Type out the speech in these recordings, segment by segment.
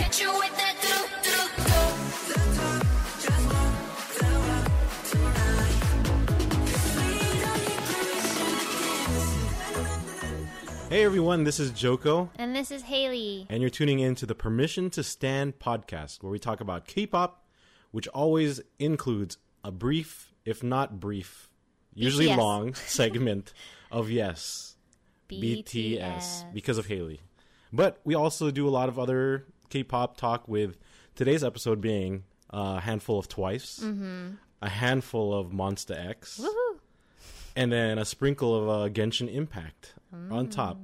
Hit you with that do do do. Hey everyone, this is Joko, And this is Haley. and you're tuning in to the Permission to Stand podcast, where we talk about K pop, which always includes a brief, if not brief, usually BTS. long segment of yes, BTS. BTS. because of Haley. But we also do a lot of other K pop talk, with today's episode being a handful of Twice, a handful of Monster X, Woohoo. and then a sprinkle of uh, Genshin Impact on top.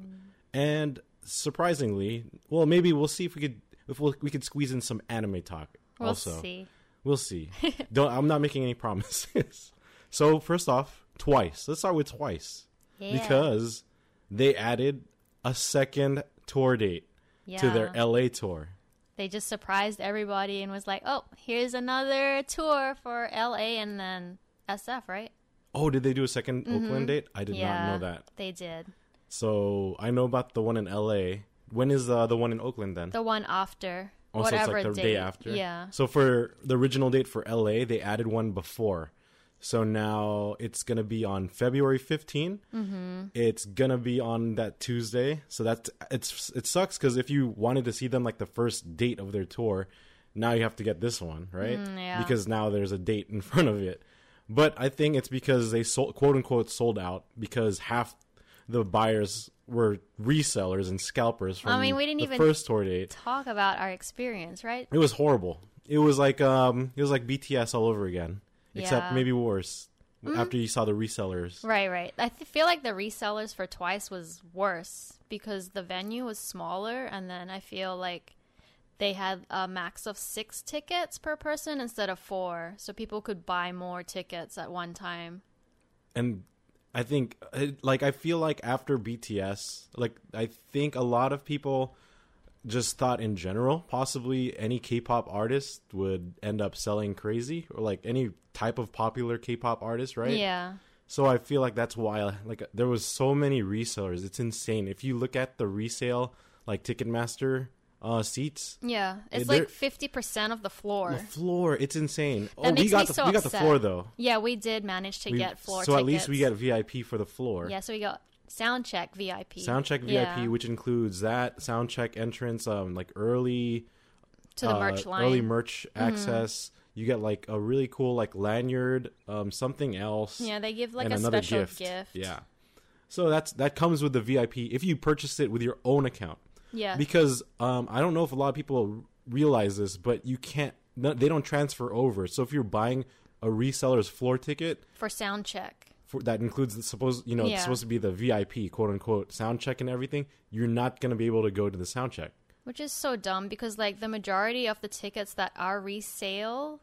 And surprisingly, well, maybe we'll see if we could if we'll, we could squeeze in some anime talk. We'll also, see. we'll see. Don't I'm not making any promises. so first off, twice. Let's start with twice Yeah. because they added a second tour date to their Yeah. LA tour. They just surprised everybody and was like, oh, here's another tour for LA and then SF, right? Oh, did they do a 2nd Oakland date? I did Mm-hmm. yeah. not know that. They did. So I know about the one in LA. When is uh, the one in Oakland then? The one after. Also, whatever it's like the date. day after. Yeah. So for the original date for LA, they added one before. So now it's gonna be on February 15 Mm-hmm. It's gonna be on that Tuesday. So that's it's it sucks because if you wanted to see them like the first date of their tour, now you have to get this one right Mm, yeah. because now there's a date in front of it. But I think it's because they sold quote unquote sold out because half the buyers were resellers and scalpers from I mean, we didn't the even first tour date. Talk about our experience, right? It was horrible. It was like um, it was like BTS all over again, except Yeah. Mm. maybe worse. After you saw the resellers, Right, right. I th- feel like the resellers for Twice was worse because the venue was smaller, and then I feel like they had a max of six tickets per person instead of four, so people could buy more tickets at one time. and I think it- like I feel like after BTS, like I think a lot of people just thought in general, possibly any K-pop artist would end up selling crazy, or like any type of popular K-pop artist, right? Yeah, So I feel like that's why like there was so many resellers. It's insane. If you look at the resale like Ticketmaster uh, seats, yeah. It's they're- like fifty percent of the floor. The floor, it's insane. That oh, makes we got me the so we got the upset. floor though. yeah, we did manage to We- get floor. so at least we get tickets. VIP for the floor. Yeah, so we got sound check VIP, Soundcheck VIP, Yeah, which includes that soundcheck entrance, um, like early to the uh, merch line. Mm-hmm. early merch access. You get like a really cool like lanyard, um, something else. yeah, they give like and a another special gift. gift. Yeah. So that's that comes with the VIP if you purchase it with your own account. yeah. because um, I don't know if a lot of people realize this, but you can't. No, they don't transfer over. So if you're buying a reseller's floor ticket for sound check. for, that includes the supposed, you know, it's Yeah. supposed to be the VIP quote unquote sound check and everything, you're not going to be able to go to the sound check. Which is so dumb because like the majority of the tickets that are resale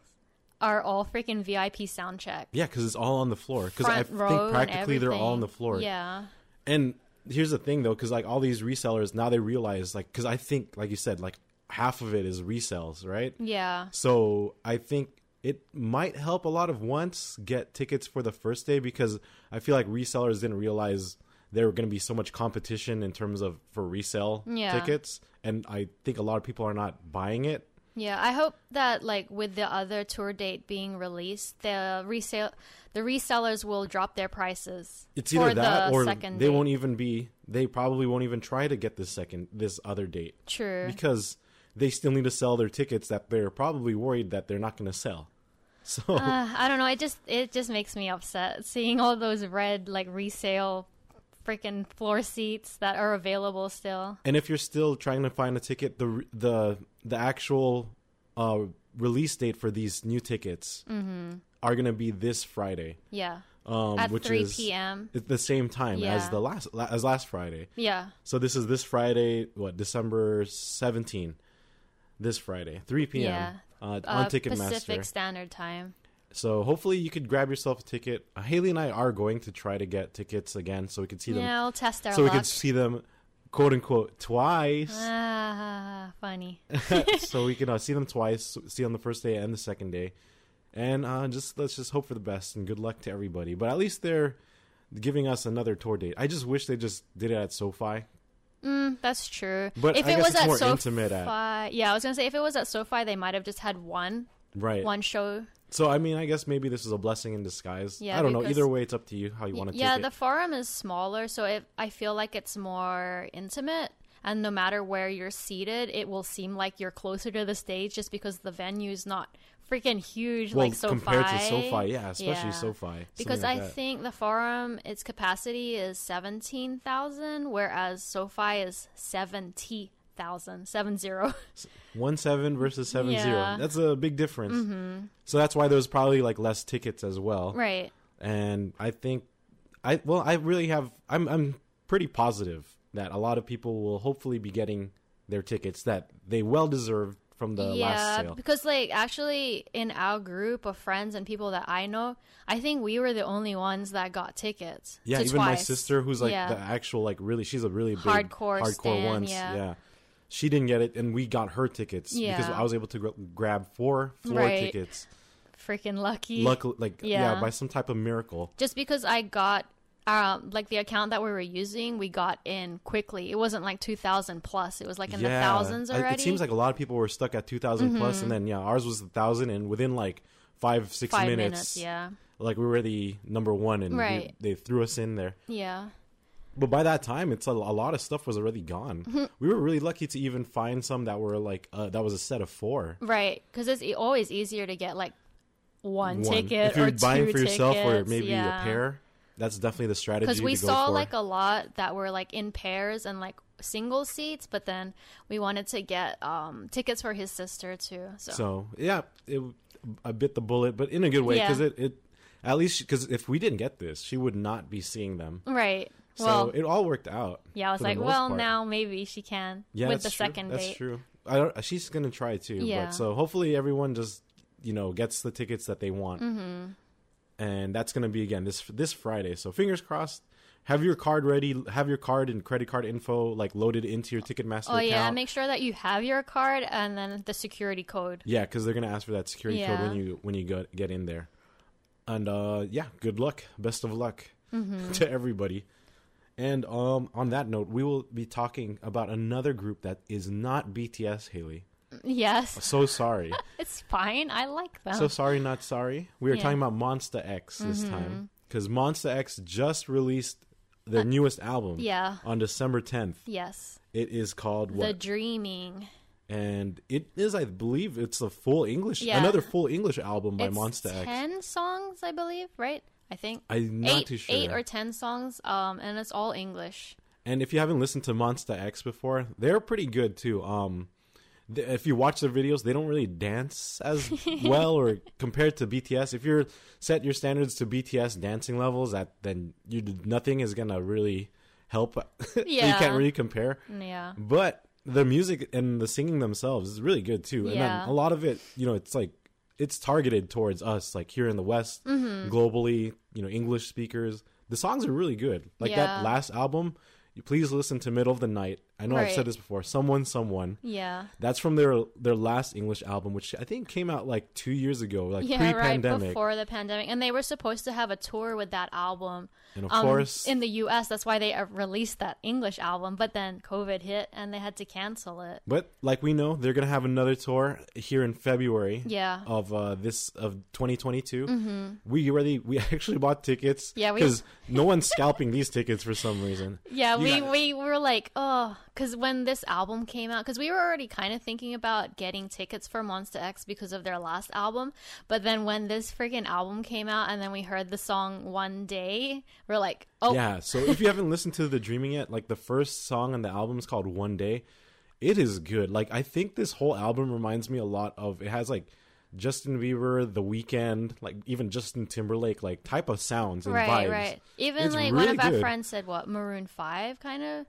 are all freaking VIP sound check. Yeah, because it's all on the floor. Because I Front row think and practically they're all on everything. the floor. Yeah. And here's the thing though, because like all these resellers now they realize like because I think like you said like half of it is resells, right? Yeah. So I think it might help a lot of once get tickets for the first day because I feel like resellers didn't realize there were going to be so much competition in terms of for resale Yeah. tickets, and I think a lot of people are not buying it. Yeah. I hope that like with the other tour date being released, the resale the resellers will drop their prices. It's either for that the or they second won't e- date. even be. They probably won't even try to get this second this other date True. because they still need to sell their tickets that they're probably worried that they're not going to sell. So Uh, I don't know. It just it just makes me upset seeing all those red like resale freaking floor seats that are available still. And if you're still trying to find a ticket, the the the actual uh, release date for these new tickets are gonna be this Friday. Yeah. um, Mm-hmm. At which 3 is p.m.. at the same time as Yeah. the last la- as last Friday. Yeah. So this is this Friday, what December 17. This Friday, 3 p.m. Yeah. Uh, on Uh, Ticketmaster. Pacific Standard Time. So hopefully you could grab yourself a ticket. Uh, Haley and I are going to try to get tickets again so we can see them. Yeah, we'll test our so we luck. could see them, quote unquote, twice. Uh. ah, funny. so we can uh, see them twice, see on the first day and the second day, and uh, just let's just hope for the best and good luck to everybody. But at least they're giving us another tour date. I just wish they just did it at SoFi. Mm, That's true. But if I it guess was it's at more SoFi, intimate at- yeah, I was gonna say if it was at SoFi, they might have just had one Right. one show. So I mean, I guess maybe this is a blessing in disguise. Yeah, I don't know. because- Either way, it's up to you how you want to Yeah, take the it. forum is smaller, so it, I feel like it's more intimate. And no matter where you're seated, it will seem like you're closer to the stage just because the venue's not freaking huge well, like SoFi. compared to SoFi, yeah, especially Yeah. SoFi. Because something like I that. think the forum its capacity is seventeen thousand, whereas SoFi is seventy thousand, seven zero. one seven versus seven zero. Yeah. Mm-hmm. That's a big difference. So that's why there's probably like less tickets as well. right. and I think I well I really have I'm I'm pretty positive that a lot of people will hopefully be getting their tickets that they well deserved from the last sale. because like actually in our group of friends and people that I know, I think we were the only ones that got tickets. Yeah, to even my Twice. sister who's like Yeah. the actual like really she's a really big Hardcore hardcore stan, once. yeah. She didn't get it and we got her tickets because Yeah. I was able to gr- grab four floor Right. tickets. freaking lucky. Luckily like yeah, Yeah. by some type of miracle. Just because I got um like the account that we were using, we got in quickly. It wasn't like two thousand plus. It was like in the thousands I- already. Mm-hmm. It seems like a lot of people were stuck at 2,000 plus, and then yeah, ours was a thousand, and within like five six five minutes, minutes. Yeah, like we were the number one, and we- Right. they threw us in there. yeah. But by that time, it's a, a lot of stuff was already Mm-hmm. gone. we were really lucky to even find some that were like uh, that was a set of four. Right, because it's e- always easier to get like one, One. ticket if you're or buying two for yourself or tickets, maybe yeah. a pair. That's definitely the strategy. Because we to go saw for. like a lot that were like in pairs and like single seats, but then we wanted to get um tickets for his sister too. So, So yeah, it I bit the bullet, but in a good way Yeah. because it, it at least because if we didn't get this, she would not be seeing them. right. So well, it all worked out. yeah, I was for the like, most well, part. now maybe she can yeah, that's with the true. second That's date. true. I don't. She's gonna try too. Yeah. But so hopefully everyone just you know gets the tickets that they want, mm-hmm. and that's gonna be again this this Friday. So fingers crossed. Have your card ready. Have your card and credit card info like loaded into your Ticketmaster Oh account. yeah, make sure that you have your card and then the security code. Yeah, because they're gonna ask for that security code when Yeah. you when you go, get in there. And uh, yeah, good luck, best of luck Mm-hmm. to everybody. And um, on that note, we will be talking about another group that is not BTS. Haley, Yes, so sorry, it's fine. I like them. so sorry, not sorry. We are talking about Monster X this Mm-hmm. time because Monster X just released their newest album. Uh, yeah. on December tenth, yes, it is called what? the dreaming. and it is, I believe, it's a full English, Yeah. another full English album by it's Monster X. Ten songs, I believe. Right? I think. I'm not eight, too sure. Eight or ten songs, um, and it's all English. And if you haven't listened to Monster X before, they're pretty good too. Um, th- if you watch their videos, they don't really dance as well or compared to BTS. If you're set your standards to BTS dancing levels, that then you nothing is gonna really help. you Yeah. can't really compare. Yeah. But the music and the singing themselves is really good too. And Yeah. then a lot of it, you know, it's like it's targeted towards us, like here in the West, Mm-hmm. globally, you know, English speakers. The songs are really good. Like Yeah. that last album, you please listen to Middle of the Night. I know I've Right. said this before. Someone, someone. Yeah. That's from their their last English album, which I think came out like two years ago, like Yeah, right pre-pandemic. before the pandemic. And they were supposed to have a tour with that album. And of um, course, in the US, that's why they uh, released that English album, but then COVID hit and they had to cancel it. But like we know, they're gonna have another tour here in February. Yeah. Of uh, this of 2022. Mm-hmm. We already we actually bought tickets. Yeah, we- Because no one's scalping these tickets for some reason. Yeah, You we, got- we were like, oh, because when this album came out, because we were already kind of thinking about getting tickets for Monster X because of their last album. But then when this freaking album came out and then we heard the song One Day, we're like, oh, Yeah. So if you haven't listened to the Dreaming yet, like the first song on the album is called One Day. It is good. Like I think this whole album reminds me a lot of. It has like Justin Bieber, The Weeknd, like even Justin Timberlake, like type of sounds and right, vibes. right. Even It's like one really of our good. friends said, what Maroon Five, kind of.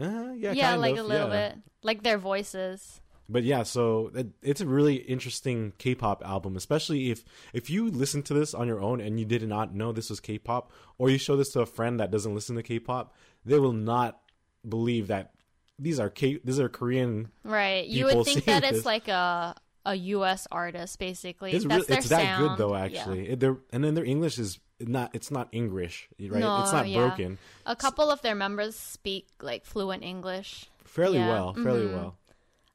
Uh, yeah, yeah, kind like of, a little yeah. bit, like their voices. But yeah, so it, it's a really interesting K-pop album, especially if if you listen to this on your own and you did not know this was K-pop, or you show this to a friend that doesn't listen to K-pop, they will not believe that these are K these are Korean. Right. You People would think seeing that it's this. like a a U.S. artist, basically. It's That's really, their it's that sound. good though, Yeah. actually. It- they're- and then their English is not it's not English, right? No, it's not yeah. broken A couple of their members speak like fluent English. fairly Yeah, well, Mm-hmm. fairly well.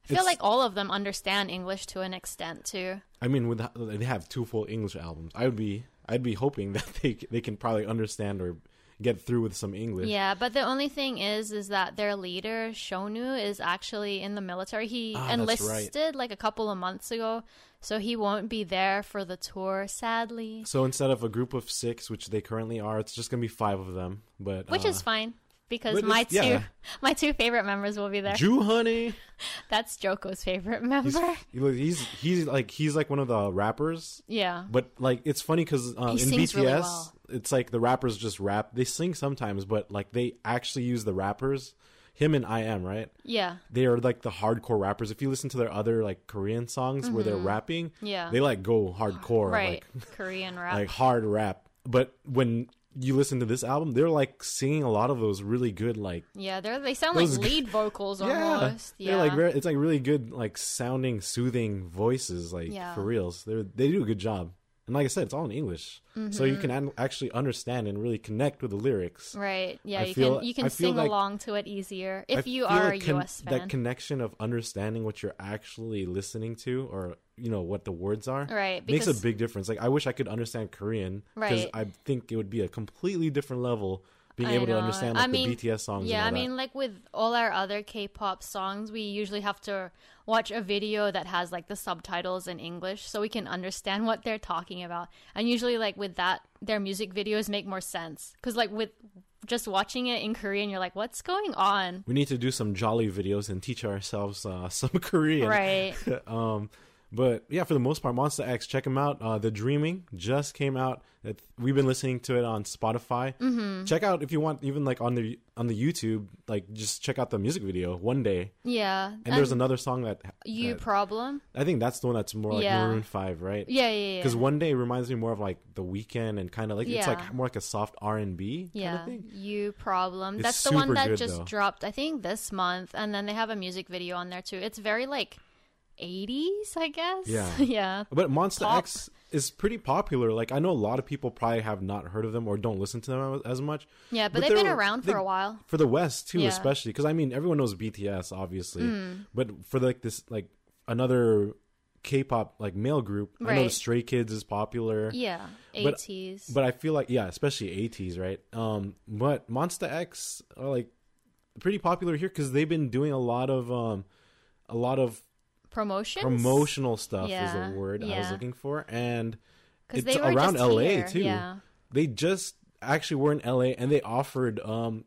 I feel It's- like all of them understand English to an extent too. I mean, with they have two full English albums. I would be I'd be hoping that they they can probably understand or get through with some English. Yeah, but the only thing is, is that their leader Shonu is actually in the military. He Ah, that's right. enlisted like a couple of months ago, so he won't be there for the tour, sadly. So instead of a group of six, which they currently are, it's just gonna be five of them. But Which uh, is fine because but my it's- two yeah. my two favorite members will be there. Ju Honey. That's Joko's favorite He's, member. he's he's like he's like one of the rappers. yeah. But like it's funny because uh, in He sings BTS, really well. it's like the rappers just rap. They sing sometimes, but like they actually use the rappers. Him and I am right. Yeah. They are like the hardcore rappers. If you listen to their other like Korean songs where they're rapping, Mm-hmm. Yeah. they like go hardcore, Right. like Korean rap. like hard rap. But when you listen to this album, they're like singing a lot of those really good like yeah, they're, they sound Those- like lead vocals almost. Yeah. They're like very, it's like really good like sounding soothing voices like Yeah. for reals. They they do a good job. And like I said, it's all in English. So Mm-hmm. you can an- actually understand and really connect with the lyrics. Right. Yeah, I you feel- can you I can feel sing like- along to it easier I if you feel are like a con- US fan. that connection of understanding what you're actually listening to or you know what the words are Right, makes a because- big difference. Like I wish I could understand Korean Right. I think it would be a completely different level being I able to know. understand like, the BTS songs. Yeah, and all I that. mean, like with all our other K-pop songs, we usually have to watch a video that has like the subtitles in English so we can understand what they're talking about. And usually, like with that, their music videos make more sense because, like, with just watching it in Korean, you're like, "What's going on?" we need to do some jolly videos and teach ourselves uh, some Korean. Right? um, but yeah, for the most part, Monster X, check them out. Uh, the Dreaming just came out. It- We've been listening to it on Spotify. Mm-hmm. Check out if you want, even like on the on the YouTube, like just check out the music video one day. yeah. And, there's another song that you that- problem. I think that's the one that's more like Yeah. Maroon Five, right? Yeah, yeah, yeah. Because one day reminds me more of like the weekend and kind of like it's Yeah. like more like a soft R and B kind Yeah, of thing. you problem. It's That's the one super that good, just though. dropped, I think, this month, and then they have a music video on there too. It's very like '80s, I guess. Yeah. yeah, But Monster Pop. X is pretty popular. Like I know a lot of people probably have not heard of them or don't listen to them as much. yeah. But, they've been they're- around they- for a while. For the West too, Yeah. Mm. especially because I mean everyone knows BTS obviously, but for like this like another K-pop like male group, I know Right. Stray Kids is popular. Yeah, But- '80s. But I feel like yeah, especially 80s, right? Um, but Monster X are like pretty popular here because they've been doing a lot of um, a lot of Promotions. promotional stuff is Yeah, the word I was yeah. looking for, and 'Cause it's they were around just LA here, too. yeah. They just actually were in LA, and they offered um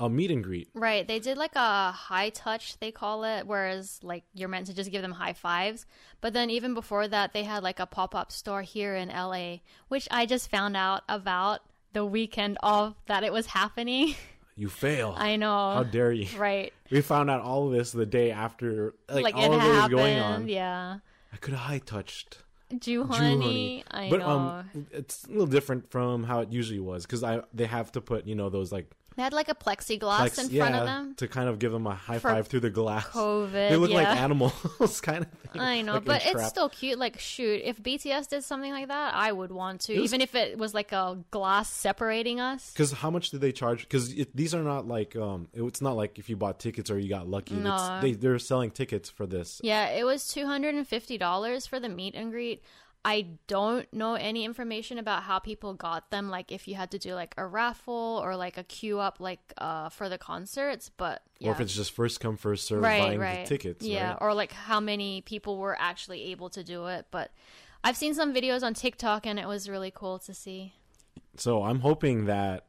a meet and greet. Right, they did like a high touch, they call it, whereas like you're meant to just give them high fives. But then even before that, they had like a pop up store here in LA, which I just found out about the weekend of that it was happening. You fail. I know. How dare you? Right. We found out all this the day after, like, Like, all it of it was happened. going on. Yeah. I could have high touched. Juhani. Jew honey. I but know. um, it's a little different from how it usually was because I they have to put you know those like they had like a plexiglass like, in yeah front of them. to kind of give them a high For five through the glass. COVID, they look like yeah. animals, kind of. thing. I know, Like, but it's entrapped. still cute. Like, shoot, if BTS did something like that, I would want to, It was- even if it was like a glass separating us. Because how much did they charge? Because these are not like um, it- it's not like if you bought tickets or you got lucky. It's, No. they they're selling tickets for this. Yeah, it was two hundred and fifty dollars for the meet and greet. I don't know any information about how people got them. Like, if you had to do like a raffle or like a queue up, like uh, for the concerts, but yeah. Or if it's just first come first serve buying the tickets. Yeah, right? or like how many people were actually able to do it. But I've seen some videos on TikTok and it was really cool to see. So I'm hoping that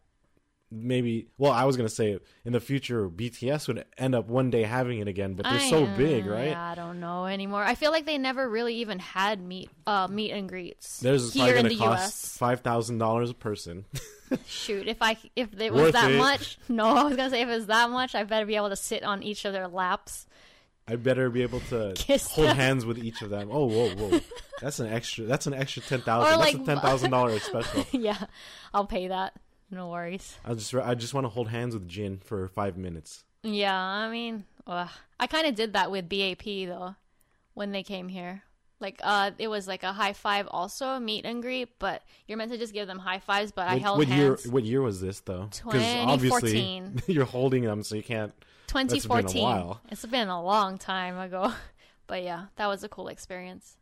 maybe well i was going to say in the future bts would end up one day having it again but they're I- so big right I don't know anymore. I feel like they never really even had meet uh, meet and greets There's here probably going in the to U.S. cost $5,000 a person. Shoot, if I if it was Worth that it. much, no, I was gonna say if it was that much, I better be able to sit on each of their laps. I better be able to Kiss hold them. hands with each of them. Oh, whoa, whoa. That's an extra that's an extra 10,000. Or That's a like- $10,000 special. yeah, I'll pay that. No worries. I just I just want to hold hands with Jin for 5 minutes. Yeah, I mean, ugh. I kind of did that with BAP though when they came here. Like, uh, it was like a high five, also a meet and greet, but you're meant to just give them high fives. But I What- held what hands. year what year was this though? 2014. you're holding them so you can't been a 2014. while. It's been a long time ago, but yeah, that was a cool experience.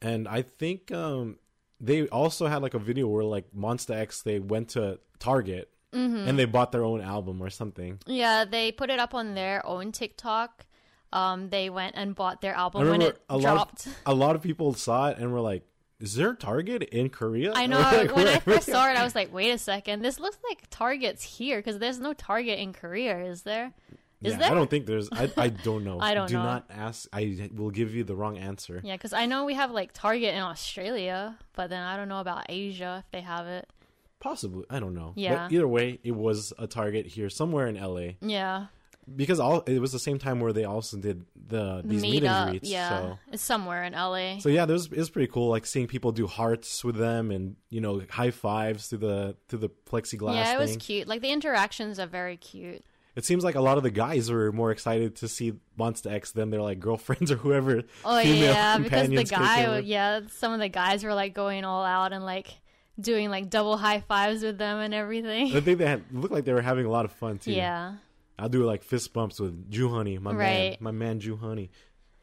and I think um, they also had like a video where like Monster X they went to Target Mm-hmm. and they bought their own album or something. Yeah, they put it up on their own TikTok. Um, they went and bought their album when it lot dropped. of, a lot of people saw it and were like, "Is there a Target in Korea?" I Or, know. like, when I where- first saw it, I was like, "Wait a second, this looks like Target's here because there's no Target in Korea, is there? Is Yeah, there? I don't think there's. I, I don't know. I don't Do know. not ask. I will give you the wrong answer. Yeah, because I know we have like Target in Australia, but then I don't know about Asia if they have it. Possibly. I don't know. Yeah. But either way, it was a Target here somewhere in LA Yeah, because all it was the same time where they also did the these meet and greets. Yeah, So. it's somewhere in LA. So yeah, there's it's pretty cool, like seeing people do hearts with them and you know high fives through the through the plexiglass. yeah, it was thing. cute. Like the interactions are very cute. It seems like a lot of the guys were more excited to see Monster X than their like girlfriends or whoever. Oh female yeah, because the companions came guy, over. w- yeah, some of the guys were like going all out and like doing like double high fives with them and everything. I think they had looked like they were having a lot of fun too. yeah. I'll do like fist bumps with Jew Honey, my man, Right. my man Jew Honey.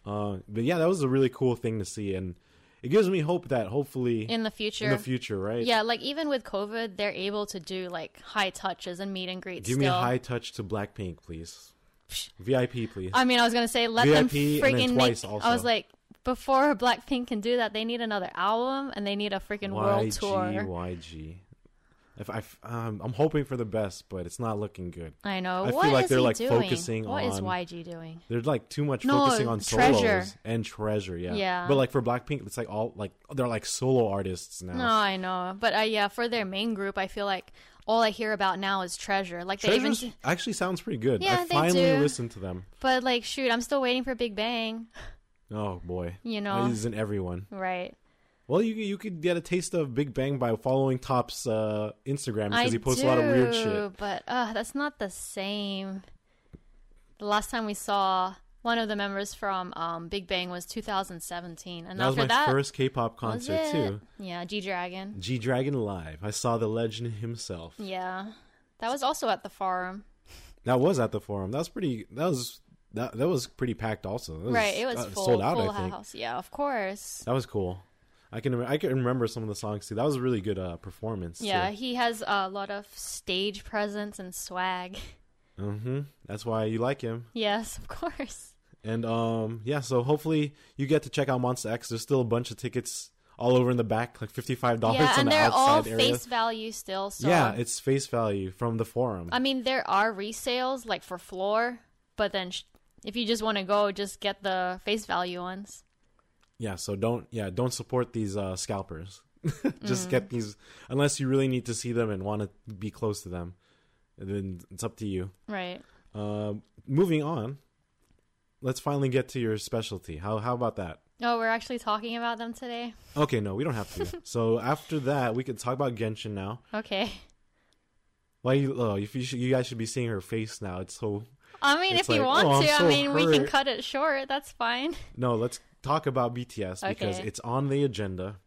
Uh, but yeah, that was a really cool thing to see, and it gives me hope that hopefully In the future. in the future, right? Yeah, like even with COVID, they're able to do like high touches and meet and greets. Give still. me a high touch to Blackpink, please. VIP, please. I mean, I was gonna say let them VIP freaking and then make. Twice also. I was like, before Blackpink can do that, they need another album and they need a freaking world YG, tour. YG. If I, f- um, I'm hoping for the best, but it's not looking good. I know. I What feel like is they're, he like, doing? focusing What is on- YG doing? They're like too much No, focusing on solos Treasure. and treasure, yeah. Yeah. But like for Blackpink, it's like all like they're like solo artists now. No, I know, but uh, yeah, for their main group, I feel like all I hear about now is Treasure. Like they even, Treasure actually sounds pretty good. Yeah, I they finally do. listened to them. but like shoot, I'm still waiting for Big Bang. Oh boy, You know. That isn't everyone. Right. Well, you you could get a taste of Big Bang by following Top's uh, Instagram because he posts a lot of weird shit. do, But uh, that's not the same. The last time we saw one of the members from um, Big Bang was 2017, and That was after my that, first K-pop was concert it? too. Yeah, G Dragon. G Dragon live. I saw the legend himself. Yeah, that was also at the forum. That was at the forum. That was pretty. That was that. That was pretty packed. Also, That right, it was uh, full, full house. Yeah, of course. That was cool. I can I can remember some of the songs too. That was a really good uh, performance. Yeah, he has a lot of stage presence and swag. hmm That's why you like him. yes, of course. And um, yeah. So hopefully you get to check out Monster X. There's still a bunch of tickets all over in the back, like fifty five dollars yeah, on and the they're outside all area. face value still. So yeah, it's face value from the forum. I mean, there are resales like for floor, but then sh- if you just want to go, just get the face value ones. yeah. So don't yeah don't support these uh, scalpers. Just get these unless you really need to see them and want to be close to them. Then it's up to you. Right. Um, moving on, let's finally get to your specialty. How how about that? Oh, we're actually talking about them today. Okay, no, we don't have to. so after that, we can talk about Genshin now. Okay. Why you? Oh, if you, should, you guys should be seeing her face now. It's so I mean, It's if you like, want oh, I'm to, so I mean, we can hurt. cut it short. That's fine. no. Let's talk about BTS because Okay. it's on the agenda,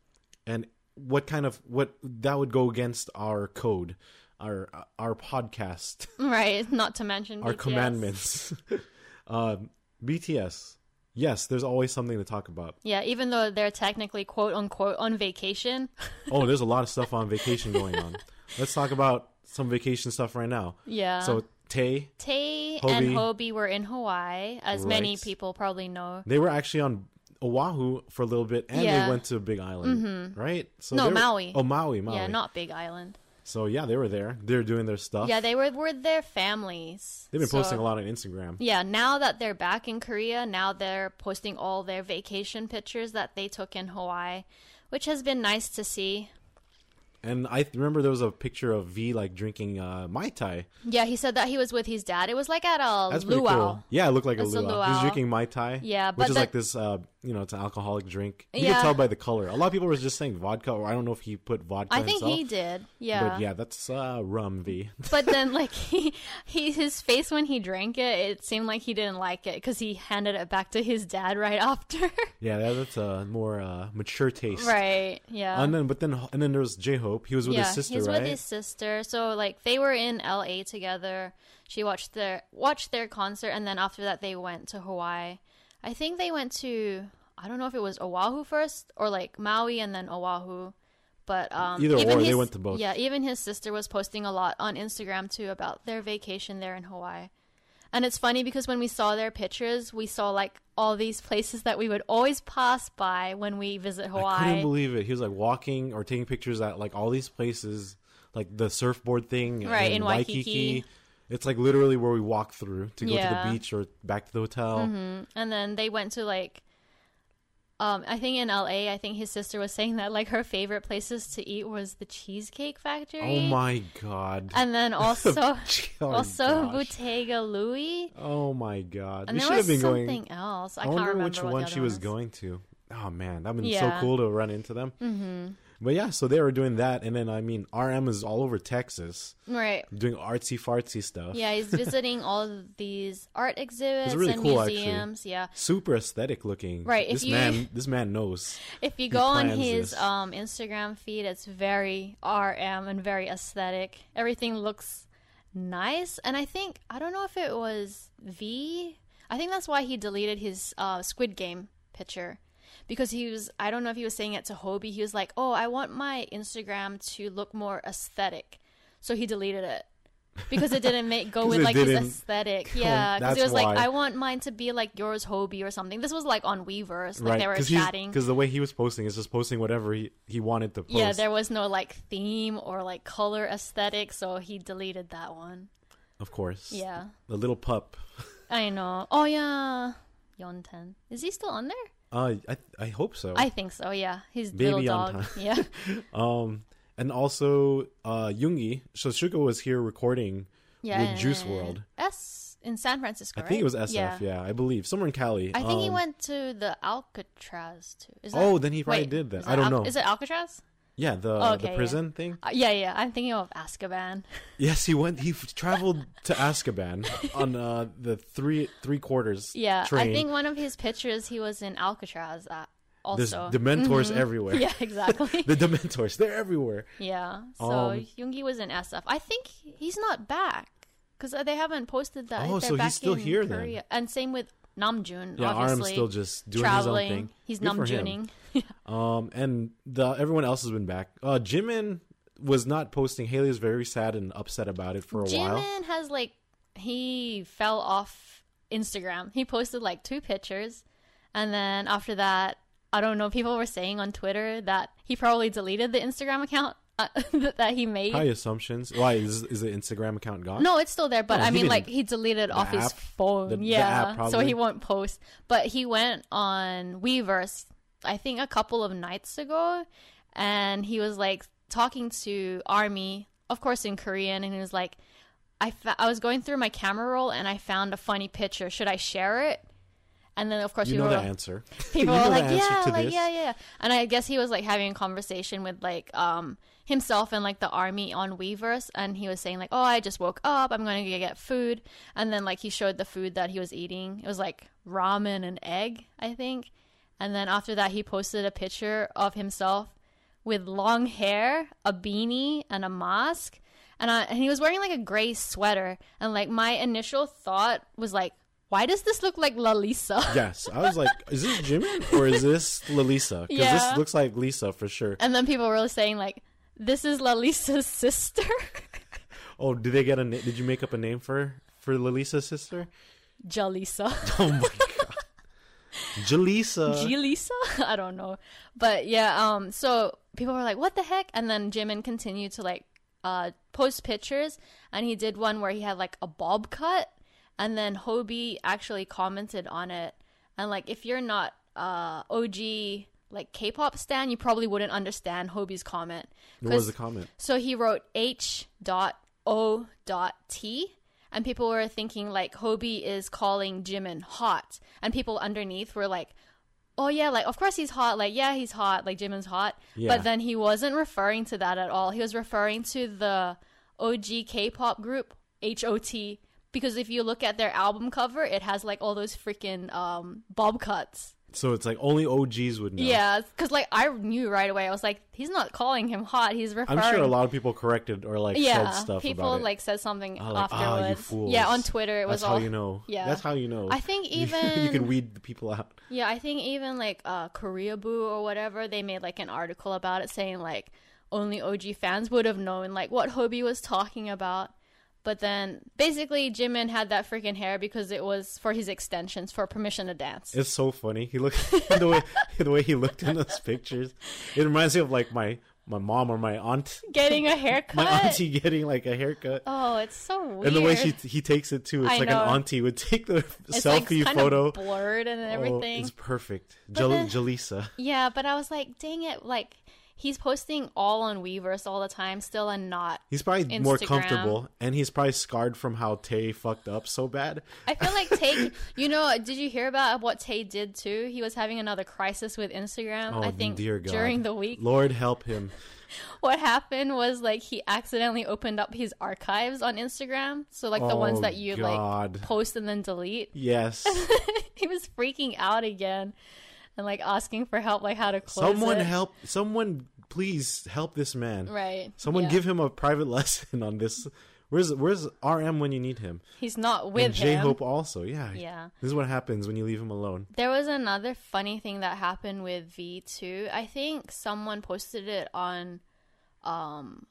and what kind of what that would go against our code, our our podcast, right. Not to mention our BTS. commandments. um, BTS. Yes, there's always something to talk about. Yeah, even though they're technically quote unquote on vacation. oh, there's a lot of stuff on vacation going on. Let's talk about some vacation stuff right now. yeah. So Tay, Tay and Hobie- Hobie were in Hawaii, as many Right. people probably know. they were actually on Oahu for a little bit, and Yeah. Mm-hmm. they went to Big Island, right? So No, they were- Maui. Oh, Maui, Maui. Yeah, not Big Island. So yeah, they were there. They're doing their stuff. Yeah, they were were their families. They've been So- posting a lot on Instagram. Yeah, now that they're back in Korea, now they're posting all their vacation pictures that they took in Hawaii, which has been nice to see. And I th- remember there was a picture of V like drinking uh, mai tai. Yeah, he said that he was with his dad. It was like at a That's pretty luau. cool. Yeah, it looked like a It's a luau. He was luau. drinking mai tai. Yeah, which but is the- like this. Uh, you know, it's an alcoholic drink. You Yeah. can tell by the color. A lot of people were just saying vodka, or I don't know if he put vodka. I think himself, he did. Yeah. But yeah, that's uh, rum V. But then like he, he his face when he drank it, it seemed like he didn't like it cuz he handed it back to his dad right after. yeah, that, that's a more uh, mature taste. right. Yeah. And then, but then, and then there was J Hope. He was with his sister, he's right? with his sister. So like they were in LA together. She watched their watched their concert and then after that they went to Hawaii. I think they went to I don't know if it was Oahu first or like Maui and then Oahu. But um Either even or, they his- went to both. Yeah, even his sister was posting a lot on Instagram too about their vacation there in Hawaii. And it's funny because when we saw their pictures, we saw like all these places that we would always pass by when we visit I Hawaii. couldn't believe it. He was like walking or taking pictures at like all these places, like the surfboard thing, Right, in Waikiki. It's like literally where we walk through to go to Yeah. Mm-hmm. the beach or back to the hotel. and then they went to like um i think in la i think his sister was saying that like her favorite places to eat was the cheesecake factory Oh my god! and then also Oh also gosh. Bottega Louis, oh my god! and we there should was have been something going. else. I, I, can't wonder remember which what the one other she was was. going to. Oh man, that'd been Yeah. so cool to run into them. Mm-hmm. But yeah, so they were doing that, and then I mean, RM is all over Texas Right? doing artsy fartsy stuff. Yeah, he's visiting all of these art exhibits really and cool, actually. museums. Yeah, super aesthetic looking. Right, if This you- man, this man knows. if you go on plans his this. um, Instagram feed, it's very RM and very aesthetic. Everything looks nice, and I think I don't know if it was V. I think that's why he deleted his uh, Squid Game picture because he was. I don't know if he was saying it to Hobie. He was like, "Oh, I want my Instagram to look more aesthetic," so he deleted it. Because it didn't make go 'Cause with it like didn't his aesthetic, yeah. Because that's it was like, why. "I want mine to be like yours, Hobie, or something." This was like on Weverse, like right. they were he's- chatting. 'cause the way he was posting is just posting whatever he, he wanted to post. Yeah, there was no like theme or like color aesthetic, so he deleted that one. of course. Yeah. The little pup. I know. Oh yeah, Yonten. Is he still on there? Uh, I I hope so. I think so. Yeah, his Baby little dog. Yontan. Yeah, um, and also uh Yoongi. So Shuka was here recording yeah. with Juice World. S in San Francisco. I think it was right? SF. Yeah. I believe somewhere in Cali. I think he Um, went to the Alcatraz too. Is Oh, then he probably wait, did then. is I don't Al- know. Is it Alcatraz? Yeah, the Oh, Okay, the yeah. prison thing. Uh, yeah, yeah. I'm thinking of Azkaban. Yes, he went. He f- traveled to Azkaban on uh, the three three quarters. yeah, train. I think one of his pictures he was in Alcatraz. Uh, There's also, Mm-hmm. dementors everywhere. yeah, exactly. the Dementors. They're everywhere. Yeah. So Um, Yoongi was in SF. I think he's not back because they haven't posted that. Oh, They're so he's back still in here then. Korea. And same with Namjoon. Yeah, RM's obviously. still just doing his own traveling. thing. He's Good for him. Namjooning. Um, and the everyone else has been back. Uh, Jimin was not posting. Haley was very sad and upset about it for a while. Jimin has like he fell off Instagram. He posted like two pictures, and then after that, I don't know. People were saying on Twitter that he probably deleted the Instagram account uh, that he made. High assumptions. Why is, is the Instagram account gone? No, it's still there, but No, I he mean, like didn't. he deleted off his app? phone, The- the yeah, app so probably? he won't post. But he went on Weverse, I think, a couple of nights ago, and he was like talking to Army, of course, in Korean, and he was like, "I fa- I was going through my camera roll and I found a funny picture. Should I share it?" And then, of course, you we know were the answer. people you know were the like, answer yeah, to like this. yeah, yeah, yeah. And I guess he was like having a conversation with like um himself and like the army on Weverse, and he was saying like, oh, I just woke up, I'm going to get food, and then like he showed the food that he was eating. It was like ramen and egg, I think. And then after that, he posted a picture of himself with long hair, a beanie, and a mask. And, I, and he was wearing like a gray sweater. And like my initial thought was like, why does this look like Lalisa? Yes, I was like, is this Jimin or is this Lalisa? Because Yeah. this looks like Lisa for sure. And then people were saying like, "This is Lalisa's sister." Oh, did they get a? Na- did you make up a name for for Lalisa's sister? Jalisa. Oh my god, Jalisa. Jalisa? I don't know. But yeah, um so people were like, "What the heck?" And then Jimin continued to like uh, post pictures, and he did one where he had like a bob cut, and then Hobie actually commented on it, and like if you're not uh, OG like K-pop stan, you probably wouldn't understand Hobie's comment. What was 'Cause- the comment? so he wrote H dot O dot T, and people were thinking like Hobie is calling Jimin hot, and people underneath were like, "Oh yeah, like of course he's hot, like yeah he's hot, like Jimin's hot." Yeah. But then he wasn't referring to that at all. He was referring to the OG K-pop group H.O.T. Because if you look at their album cover, it has like all those freaking um, bob cuts. So it's like only OGs would know. Yeah, because like I knew right away. I was like, he's not calling him hot. He's referring. I'm sure a lot of people corrected or like yeah, said stuff people about it. like said something Oh, like, ah, you afterwards. fools. yeah, on Twitter it was That's all. how you know. Yeah, that's how you know. I think You- you even- can weed the people out. Yeah, I think even like uh, Korea Boo or whatever, they made like an article about it saying like only OG fans would have known like what Hobie was talking about. But then basically Jimin had that freaking hair because it was for his extensions for permission to dance. It's so funny. He looked the way the way he looked in those pictures. It reminds me of like my my mom or my aunt. Getting a haircut. My auntie getting like a haircut. Oh, it's so weird. and the way she he takes it too, it's I like know. an auntie would take the it's selfie like kind photo. of blurred and everything. Oh, it's perfect. Jal- then- Jalisa. Yeah, but I was like, dang it, like he's posting all on Weverse all the time still and not. He's probably more Instagram. comfortable, and he's probably scarred from how Tay fucked up so bad. I feel like Tay, you know, did you hear about what Tay did too? He was having another crisis with Instagram, Oh, I think, dear God. during the week. Lord help him. What happened was like he accidentally opened up his archives on Instagram. So, like the Oh, ones that you God. like post and then delete. Yes. He was freaking out again and like asking for help, like how to close someone it. help. Someone please help this man. Right. Someone yeah. give him a private lesson on this. Where's where's RM when you need him? He's not with and him. J Hope also. Yeah. Yeah. This is what happens when you leave him alone. There was another funny thing that happened with V two. I think someone posted it on um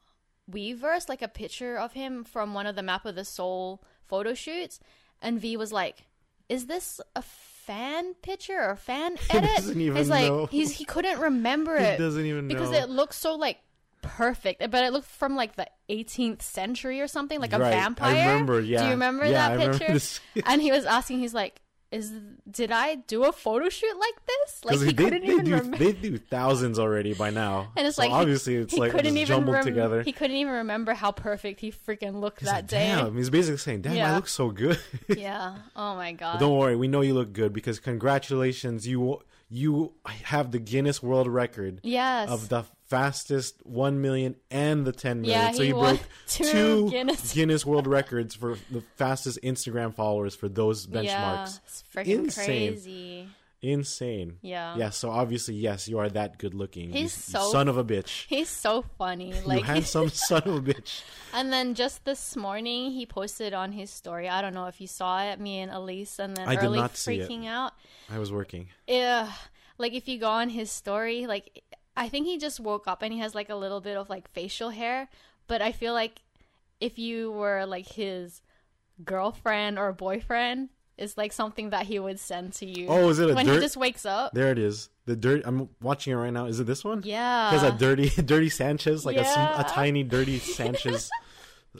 Weverse, like a picture of him from one of the Map of the Soul photo shoots, and V was like, Is this a fan picture or fan edit? doesn't even he's like know. he's he couldn't remember He it. doesn't even because know. it looked so like perfect. But it looked from like the eighteenth century or something, like a Right. I vampire. remember, Do yeah. you remember Yeah, that I picture? remember this. and he was asking he's like is did i do a photo shoot like this like 'Cause he they, couldn't they even do, remember They do thousands already by now. and it's So like he- obviously it's he like couldn't just even jumbled rem- together. he couldn't even remember how perfect he freaking looked He's that like, day Damn, he's basically saying, "Damn, I Yeah. look so good." yeah oh my god Don't worry, we know you look good because congratulations, you you have the Guinness World Record yes of the fastest one million and the ten million. Yeah, so he you won broke two Guinness- World Records for the fastest Instagram followers for those yeah benchmarks. it's freaking Insane. crazy Insane. Yeah. Yeah. So obviously, yes, you are that good looking. you, He's you so- son of a bitch. he's so funny like you handsome son of a bitch. and then just this morning he posted on his story i don't know if you saw it me and elise and then I did early not see it. freaking out I was working. Yeah, like if you go on his story, like I think he just woke up and he has like a little bit of like facial hair, but I feel like if you were like his girlfriend or boyfriend, it's like something that he would send to you. Oh, is it a when he dirt- just wakes up? There it is. The dirt. I'm watching it right now. Is it this one? Yeah. He has a dirty, dirty Sanchez, like a sm- a, Yeah. tiny, dirty Sanchez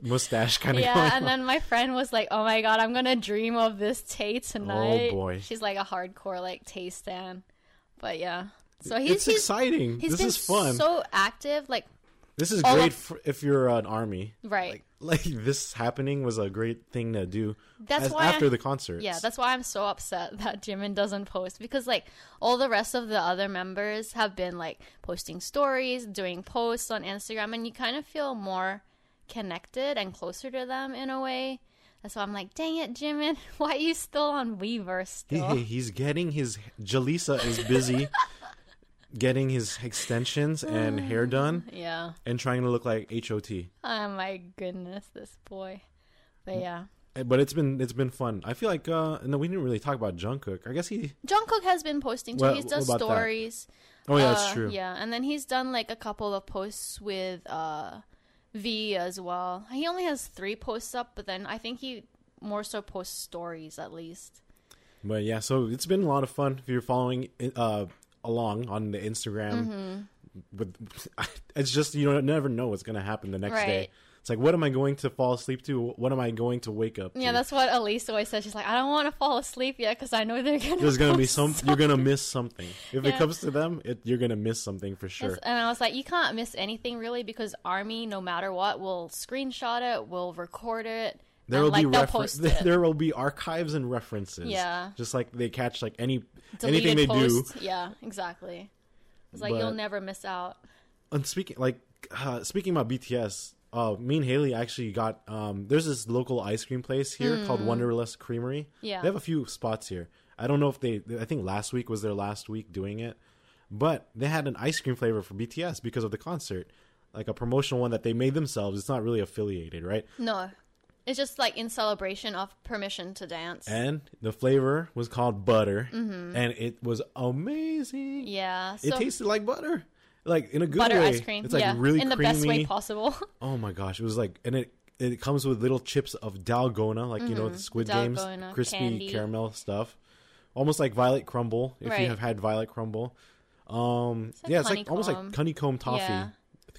mustache kind of. yeah, and then my friend was like, "Oh my god, I'm gonna dream of this Tay tonight." Oh, boy. she's like a hardcore like Tay stan, but yeah. So he's it's he's, exciting. he's This been is fun. so active, like this is all great of- for, if you're an army. right. Like, like this happening was a great thing to do. That's as- why I- after the concert. Yeah, that's why I'm so upset that Jimin doesn't post because like all the rest of the other members have been like posting stories, doing posts on Instagram, and you kind of feel more connected and closer to them in a way. That's why I'm like, dang it, Jimin, why are you still on Weverse He, still? he's getting his Jalisa is busy getting his extensions and hair done yeah. and trying to look like HOT. Oh my goodness, this boy. Mm. But yeah. Eh, But it's been it's been fun. I feel like uh no we didn't really talk about Jungkook. I guess he Jungkook has been posting too. Well, he's done what about that? stories. Oh yeah, that's Uh, true. Yeah, and then he's done like a couple of posts with uh, V as well. He only has three posts up, but then I think he more so posts stories at least. But Mm-hmm. yeah, so it's been a lot of fun. If you're following uh, along on the Instagram with it's just you don't never know what's gonna happen the next Right. day. It's like what am I going to fall asleep to? What am I going to wake up? Yeah, to? that's what Elise always says. She's like, I don't want to fall asleep yet because I know they're gonna. there's gonna be post some. You're gonna miss something if Yeah. uh, it comes to them. It, you're gonna miss something for Yes, sure. And I was like, you can't miss anything really because Army, no matter what, will screenshot it, will record it, There and will like be they'll refer- post it. there will be archives and references. Yeah. just like they catch like any Deleted anything they do. posts. Yeah, exactly. It's like you'll But- never miss out. and speaking like uh, speaking about BTS, uh, me and Haley actually got um, there's this local ice cream place here called Wonderlust Creamery. Mm-hmm. Yeah. they have a few spots here. I don't know if they. I think last week was their last week doing it, but they had an ice cream flavor for BTS because of the concert, like a promotional one that they made themselves. It's not really affiliated, right? No, it's just like in celebration of permission to dance. And the flavor was called butter, and it was amazing. Mm-hmm. yeah, It so tasted like butter, like in a good butter way. ice cream. It's like yeah, really in the creamy. best way possible. Oh my gosh, it was like, and it it comes with little chips of dalgona, like you know the Squid Games Mm-hmm. Dalgona, crispy candy. caramel stuff, almost like violet crumble. If Right. you have had violet crumble, um, like yeah, it's like almost honeycomb. like honeycomb toffee Yeah.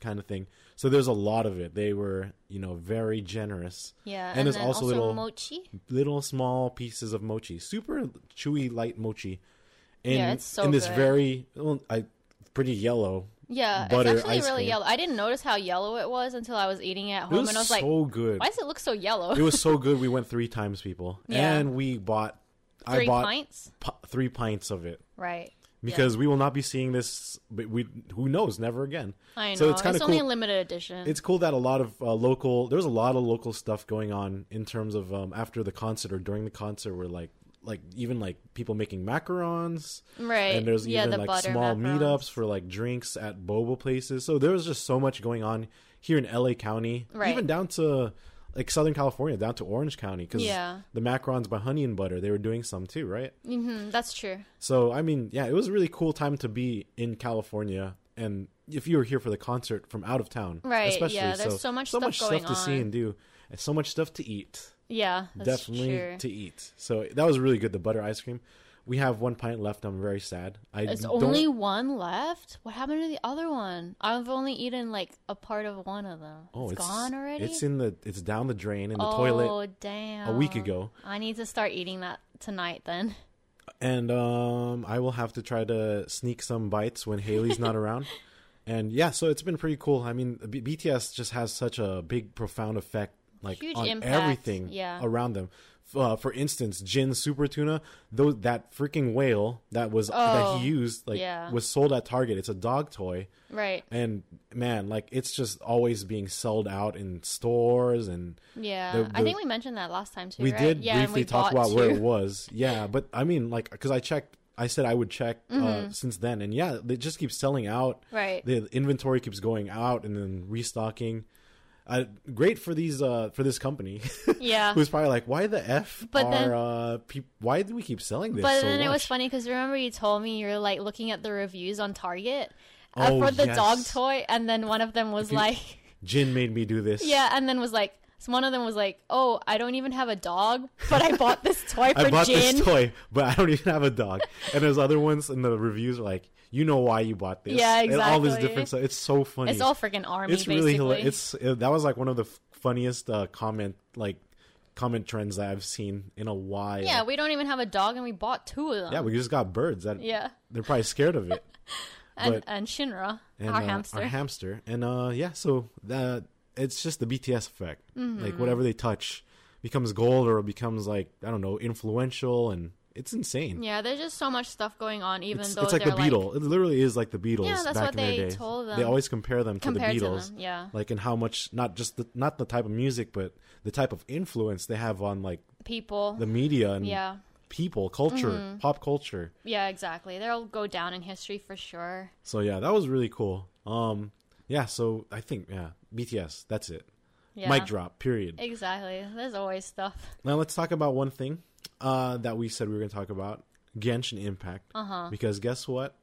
kind of thing. So there's a lot of it. They were you know very generous. yeah, and, there's then also, little mochi. little small pieces of mochi, super chewy light mochi. In, Yeah, it's so in this good. very well, I pretty yellow. Yeah, butter it's actually ice really cream. yellow. I didn't notice how yellow it was until I was eating it at It home, was, Um, and I was so like, good. why does it look so yellow? it was so good. We went three times, people, Yeah. and we bought. Three I bought pints, pi- three pints of it right? because we will not be seeing this. But we who knows, never again. I know. So it's it's kind of only a cool. limited edition. It's cool that a lot of uh, local. There's a lot of local stuff going on in terms of um, after the concert or during the concert. Where like like even like people making macarons. right. And there's yeah, even the like butter small macarons. meetups for like drinks at boba places. So there was just so much going on here in LA County, Right. even down to like Southern California, down to Orange County, because Yeah. the macarons by Honey and Butter, they were doing some too, right? Mm, that's true. So I mean, yeah, it was a really cool time to be in California, and if you were here for the concert from out of town, Right, Especially, yeah, there's so, so much so stuff much going stuff to see on. and do, and so much stuff to eat Yeah, that's definitely true. to eat. So that was really good. The butter ice cream. We have one pint left. I'm very sad. I It's don't- only one left. What happened to the other one? I've only eaten like a part of one of them. Oh, it's gone already. It's in the it's down the drain in the oh, toilet. damn. week ago. I need to start eating that tonight then. And um I will have to try to sneak some bites when Haley's not around. And yeah, so it's been pretty cool. I mean, B- BTS just has such a big profound effect like Huge on impact, everything yeah. around them. F- Uh, for instance, Jin Super Tuna, though that freaking whale that was that Oh, he used like yeah. was sold at Target. It's a dog toy. Right. And man, like it's just always being sold out in stores and Yeah. the- I the- think we mentioned that last time too. we right? did yeah, and briefly we talk bought about where two. it was yeah but i mean like because i checked i said i would check uh, since then and yeah they just keep selling out Mm-hmm. Right. the inventory keeps going out and then restocking uh, great for these uh, for this company Yeah. who's probably like why the f But are then- uh, peop why do we keep selling this But so then it was much? funny because remember you told me you're like looking at the reviews on Target uh, Oh, for the dog yes. toy, and then one of them was you- like, jin made me do this yeah, and then was like, so one of them was like, oh, I don't even have a dog, but I bought this toy for I bought Jin. this toy, but I don't even have a dog. And there's other ones in the reviews are like, you know why you bought this. Yeah, And all this exactly. different stuff. It's so funny. It's all freaking army. it's basically. really hilarious. It's uh, that was like one of the f- funniest uh, comment like comment trends that I've seen in a while. yeah, we don't even have a dog, and we bought two of them. yeah, we just got birds. That Yeah. they're probably scared of it. and but- and Shinra, And, our uh, hamster. our hamster, and uh, yeah, so that it's just the BTS effect. Mm-hmm. Like whatever they touch becomes gold or becomes like I don't know influential, and it's insane. yeah, there's just so much stuff going on, even It's, though it's like they're the Beatle. it literally is like the Beatles Yeah, that's back what in their they day. told They them. always compare them to Compared to the Beatles. them, yeah. Like in how much not just the not the type of music, but the type of influence they have on like people. the media and yeah, Mm-hmm. people, culture, pop culture. yeah, exactly. They'll go down in history for sure. So yeah, that was really cool. Um yeah, so I think yeah, BTS, that's it. Yeah. Mic drop, period. Exactly. There's always stuff. Now let's talk about one thing uh that we said we were going to talk about, Genshin Impact. Uh-huh. Because guess what?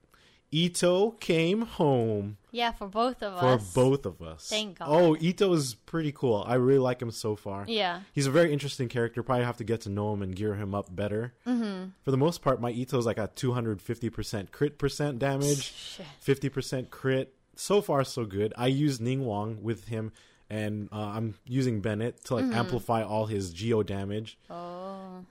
Ito came home Yeah, for both of for us. both of us. Thank God. Oh, Ito is pretty cool. I really like him so far. Yeah. He's a very interesting character. Probably have to get to know him and gear him up better. Mm-hmm. For the most part, my Ito's like a 250% crit percent damage, 50% crit, so far so good. I use Ning Wong with him, and uh, I'm using Bennett to like amplify all his geo damage. Mm-hmm. Oh.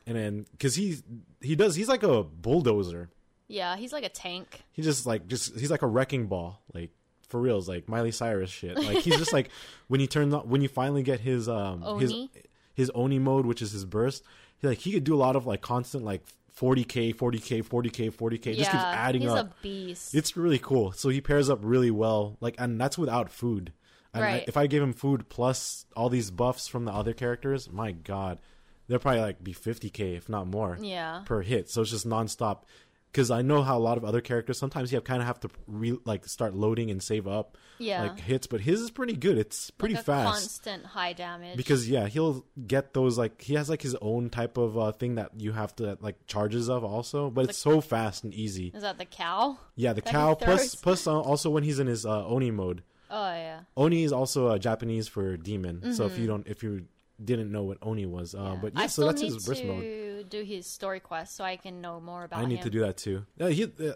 And then because he he does he's like a bulldozer. Yeah, he's like a tank. He just like just he's like a wrecking ball, like for reals, like Miley Cyrus shit. Like he's just like when he turns on when you finally get his um Oni? his his Oni mode, which is his burst. He like he could do a lot of like constant like 40k, 40k, 40k, 40k. yeah, just keeps adding he's up. a beast. It's really cool. So he pairs up really well. Like, and that's without food. And I- Right. if I gave him food plus all these buffs from the other characters, my god, they'll probably like be 50k if not more. Yeah. Per hit, so it's just nonstop. Because I know how a lot of other characters sometimes you have kind of have to re- like start loading and save up Yeah. like hits, but his is pretty good. It's pretty like a fast Constant high damage. because yeah he'll get those like he has like his own type of uh, thing that you have to like charges of also but it's so fast and easy is that the cow? yeah, the that he cow plus throws? plus uh, also when he's in his uh, oni mode. Oh yeah. Oni is also uh, Japanese for demon. So if you don't if you didn't know what oni was, uh, but yeah, Mm-hmm. I so still that's need his burst to mode. do his story quest so I can know more about I need him. to do that too.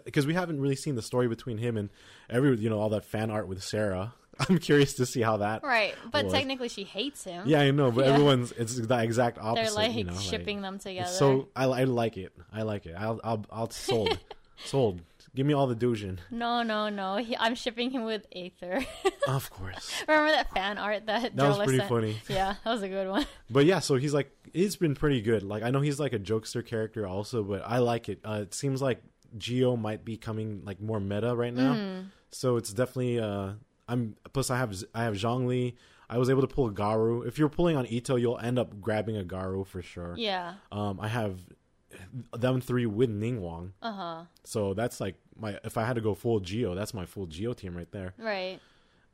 Because we haven't really seen the story between him and every you know all that fan art with Sarah. I'm curious to see how that. Right, but was. technically she hates him. Yeah, I know, but Yeah. everyone's it's the exact opposite. they're like you know, shipping them it's together. So I, I like it. I like it. I'll I'll, I'll sold sold. Give me all the dojin. no, no, no. He, I'm shipping him with Aether. Of course. Remember that fan art that That was Jola pretty sent? funny. Yeah, that was a good one. But yeah, so he's like he's been pretty good. Like I know he's like a jokester character also, but I like it. Uh, it seems like Geo might be coming like more meta right now. Mm-hmm. So it's definitely uh I'm plus I have Z- I have Zhongli. I was able to pull Garu. If you're pulling on Ito, you'll end up grabbing a Garu for sure. Yeah. Um I have them three with Ningguang. Uh huh. So that's like my if I had to go full Geo, that's my full Geo team right there. Right.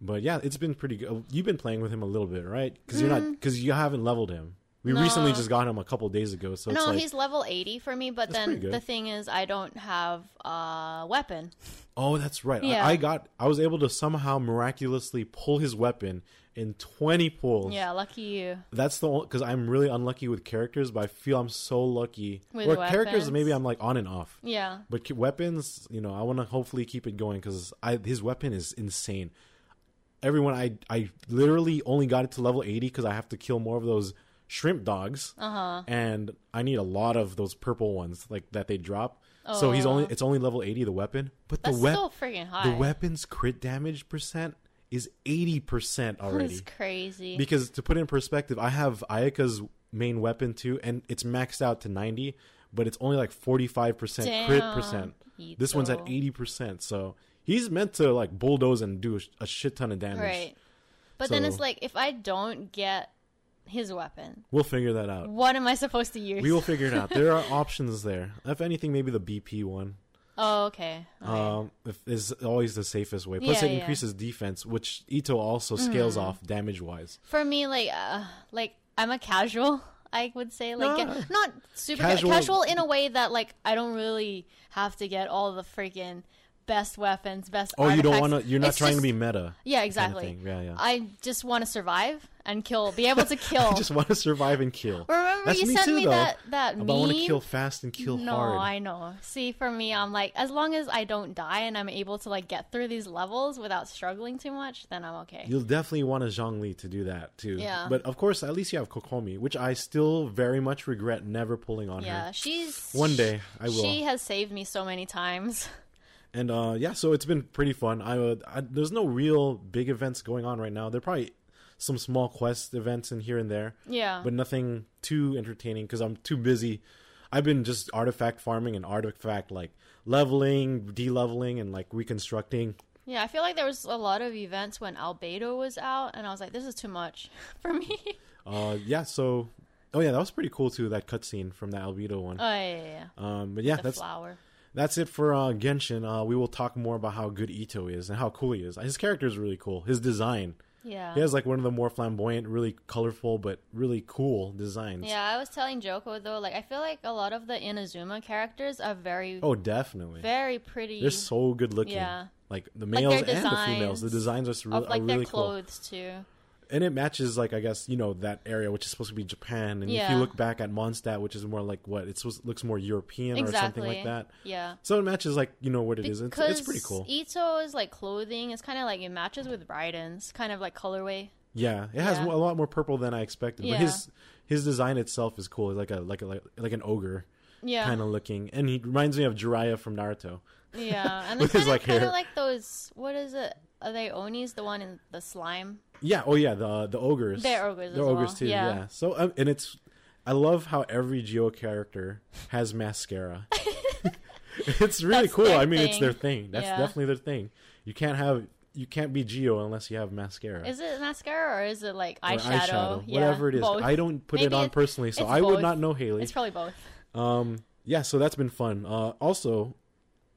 But yeah, it's been pretty good. You've been playing with him a little bit, right? Because you're Mm. not because you haven't leveled him. We recently just got him a couple days ago, so no, it's like, he's level 80 for me, but That's pretty then good. the thing is, I don't have a weapon. oh, that's right. I- Yeah. I, got I was able to somehow miraculously pull his weapon in twenty pulls. Yeah, lucky you. that's the because I'm really unlucky with characters, but I feel I'm so lucky. With Where characters, weapons. maybe I'm like on and off. Yeah. But ke- weapons, you know, I want to hopefully keep it going because his weapon is insane. Everyone, I I literally only got it to level eighty because I have to kill more of those shrimp dogs, uh-huh. and I need a lot of those purple ones like that they drop. So he's only it's only level eighty the weapon, but Oh. That's the wep- still freaking high. the weapon's crit damage percent is eighty percent already. That's crazy. Because to put it in perspective, I have Ayaka's main weapon too, and it's maxed out to ninety, but it's only like forty five percent crit Damn, percent. This one's at Ito. eighty percent, so he's meant to like bulldoze and do a, sh- a shit ton of damage. right. But then it's So- like, if I don't get his weapon, We'll figure that out. what am I supposed to use? We will figure it out. There are options there. If anything, maybe the BP one. Oh, okay. Um, if, is always the safest way. Plus, Yeah, Mm-hmm. it yeah. increases defense, which Ito also scales off damage wise. For me, like, uh, like I'm a casual. I would say, like, No. get- not super ca- Casual- casual. in a way that, like, I don't really have to get all the freaking best weapons, best. Oh, you don't artifacts. want to. You're not It's trying just- to be meta. Yeah, exactly. thing. Yeah, yeah. I just want to survive and kill, be able to kill. I just want to survive and kill. Remember you sent me that- that But I want to meme? kill fast and kill no, hard. I know. See, for me, I'm like, as long as I don't die and I'm able to like get through these levels without struggling too much, then I'm okay. You'll definitely want a Zhongli to do that too. Yeah. But of course, at least you have Kokomi, which I still very much regret never pulling on yeah, her. she's One day I will. She has saved me so many times. And uh, yeah, so it's been pretty fun. I, uh, I there's no real big events going on right now. There are probably some small quest events in here and there. Yeah. But nothing too entertaining because I'm too busy. I've been just artifact farming and artifact like leveling, de-leveling, and like reconstructing. Yeah, I feel like there was a lot of events when Albedo was out, and I was like, this is too much for me. Uh, yeah. So, oh yeah, that was pretty cool too. That cutscene from that albedo one. oh, yeah, yeah, yeah. Um, but yeah, The that's flower. that's it for uh, Genshin. Uh, we will talk more about how good Ito is and how cool he is. His character is really cool. His design. Yeah. He has like one of the more flamboyant, really colorful, but really cool designs. yeah, I was telling Joko, though, like, I feel like a lot of the Inazuma characters are very, Oh, definitely. very pretty. They're so good looking. Yeah. Like the their males and the females. designs The designs are, s- of, are like, really their cool. clothes, too. and it matches like I guess you know that area which is supposed to be Japan. And if Yeah. you look back at Mondstadt, which is more like what it looks more European or something like that. Yeah. So it matches like you know what it is. It's, Because e it's pretty cool. Ito's like clothing is kind of like it matches with Raiden's kind of like colorway. yeah, it has Yeah. a lot more purple than I expected. Yeah. But his his design itself is cool. It's like a like a like, like an ogre Yeah, kind of looking, and he reminds me of Jiraiya from Naruto. yeah, and with they're his, kind like, of kind hair. of like those. What is it? Are they Onis? The one in the slime? Yeah. Oh yeah. The the ogres. They're ogres They're as ogres well, too. Yeah. yeah. So um, and it's, I love how every Geo character has mascara. it's really That's cool. their I mean, it's thing. their thing. That's Yeah. definitely their thing. You can't have you can't be Geo unless you have mascara. Is it mascara or is it like or eyeshadow? Yeah, whatever it is. both. I don't put it Maybe on it's- personally, so it's I would both. not know Haley. It's probably both. Um, yeah, so that's been fun. Uh, also,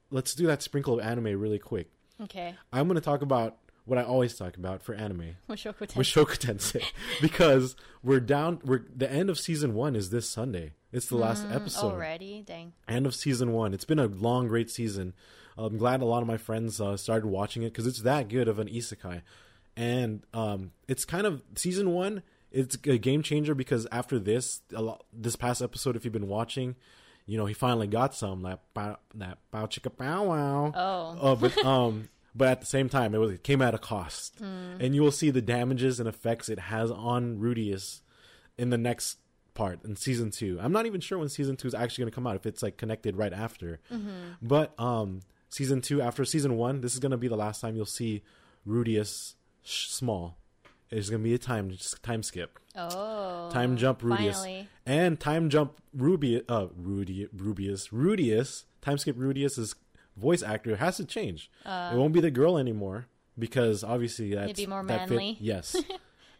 let's do that sprinkle of anime really quick. Okay, I'm going to talk about what I always talk about for anime, Mushoku Tensei. with Shoku Tensei because we're down. We're the end of season one is this Sunday. It's the last episode. Already, dang. End of season one. It's been a long, great season. I'm glad a lot of my friends uh, started watching it because it's that good of an isekai, and um, it's kind of season one. It's a game changer because after this, a lot, this past episode, if you've been watching, you know he finally got some that pow, that pow chicka pow wow. Oh. Uh, but um, but at the same time, it was it came at a cost, and you will see the damages and effects it has on Rudius in the next part in season two. I'm not even sure when season two is actually going to come out if it's like connected right after. But um, season two after season one, this is going to be the last time you'll see Rudius sh- small. It's going to be a time time skip, Oh, time jump Rudius, finally. and time jump Ruby uh Rudy Rubius Rudius time skip Rudius's voice actor has to change. it won't be the girl anymore because obviously that's be Uh. more that fit- manly. yes.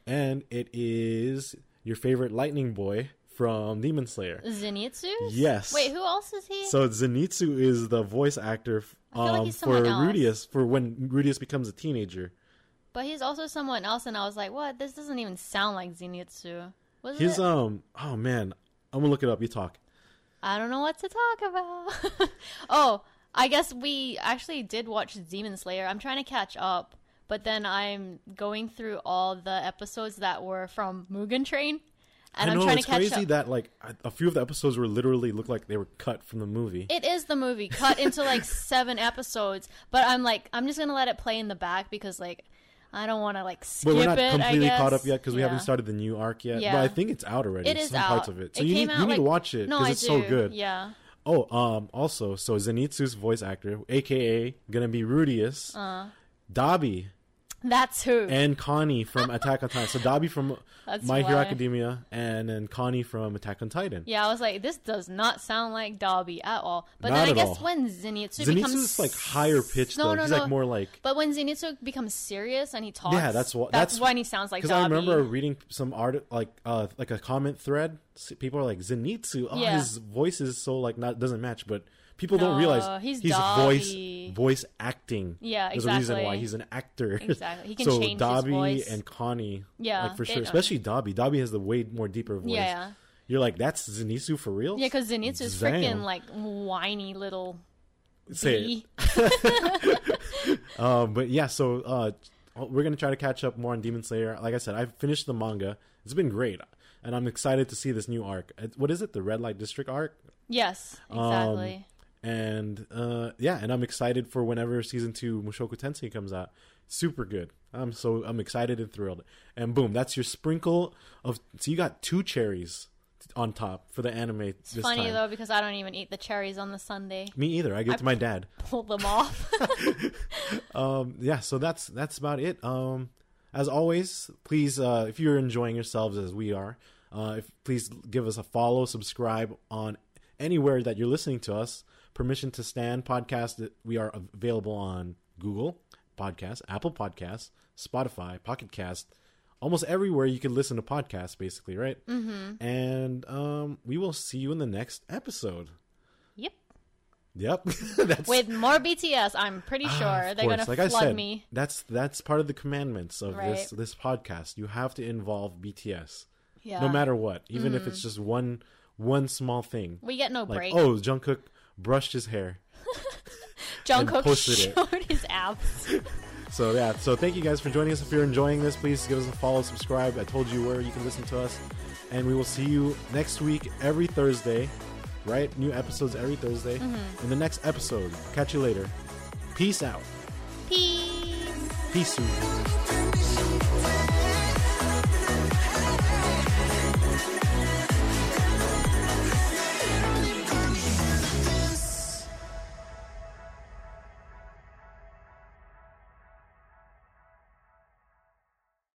and it is your favorite lightning boy from Demon Slayer. Zenitsu. Yes. Wait, who else is he? So Zenitsu is the voice actor feel like um, he's for someone else. Rudius for when Rudius becomes a teenager. but he's also someone else, and I was like, what? This doesn't even sound like Zenitsu. Was His it? um oh man, I'm gonna look it up. You talk. I don't know what to talk about. oh, I guess we actually did watch Demon Slayer. I'm trying to catch up, but then I'm going through all the episodes that were from Mugen Train, and I am know trying it's to catch crazy up. that like a- a few of the episodes were literally looked like they were cut from the movie. it is the movie cut into like seven episodes, but I'm like, I'm just gonna let it play in the back because like, I don't want to like skip but we're not it. completely I guess. caught up yet because we Yeah. haven't started the new arc yet. Yeah. But I think it's out already. It is some out. parts of it. So you came need out, you need to like- watch it No, because I it's so do. good. Yeah. Oh, um, also, so Zenitsu's voice actor, aka gonna be Rudius, Uh. Dabi, That's who. and Connie from Attack on Titan. So Dabi from That's My Hero why. Academia, and then Connie from Attack on Titan. yeah, I was like, this does not sound like Dobby at all. But Not then I at guess all. when Zenitsu, Zenitsu's becomes like higher pitched No, though. no, He's no. like more like But when Zenitsu becomes serious and he talks, yeah. That's what. that's, when he sounds like. Because I Dobby. remember reading some art like uh like a comment thread. s- People are like Zenitsu. Oh, Yeah. his voice is so like not doesn't match, but. People don't No, realize he's voice Dobby. voice acting. Yeah, There's a reason why exactly. he's an actor. Exactly. He can so change his Dobby voice. and Connie. Yeah, like for they sure. don't- Especially Dobby. Dobby has the way more deeper voice. Yeah, yeah. You're like that's Zenitsu for real. yeah, because Zenitsu's Damn. freaking like whiny little Say it. bee. Um, but yeah, so uh, we're gonna try to catch up more on Demon Slayer. Like I said, I've finished the manga. It's been great, and I'm excited to see this new arc. It- What is it? The Red Light District arc. Yes, Um, exactly. And uh, yeah, and I'm excited for whenever season two Mushoku Tensei comes out. Super good. I'm so I'm excited and thrilled. And boom, that's your sprinkle of. So you got two cherries on top for the anime. It's this Funny time. though, because I don't even eat the cherries on the Sunday. Me either. I give it to my dad. Pull them off. yeah so that's that's about it um as always please uh if you're enjoying yourselves as we are uh if please give us a follow subscribe on anywhere that you're listening to us permission to stand podcast uh, we are available on google podcast apple Podcasts, spotify pocket cast almost everywhere you can listen to podcasts basically right mm-hmm. and um we will see you in the next episode yep. yep that's With more BTS, I'm pretty sure Ah, of they're course. gonna I flood me. That's that's part of the commandments of this Right. this podcast. You have to involve BTS, Yeah. Mm-hmm. no matter what, even if it's just one one small thing. We get no like break. oh, Jungkook brushed his hair. Jungkook posted it. showed his abs. So yeah, so thank you guys for joining us. If you're enjoying this, please give us a follow, subscribe. I told you where you can listen to us, and we will see you next week every Thursday, right? New episodes every Thursday. Mm-hmm. In the next episode, catch you later. Peace out. Peace. Peace. out.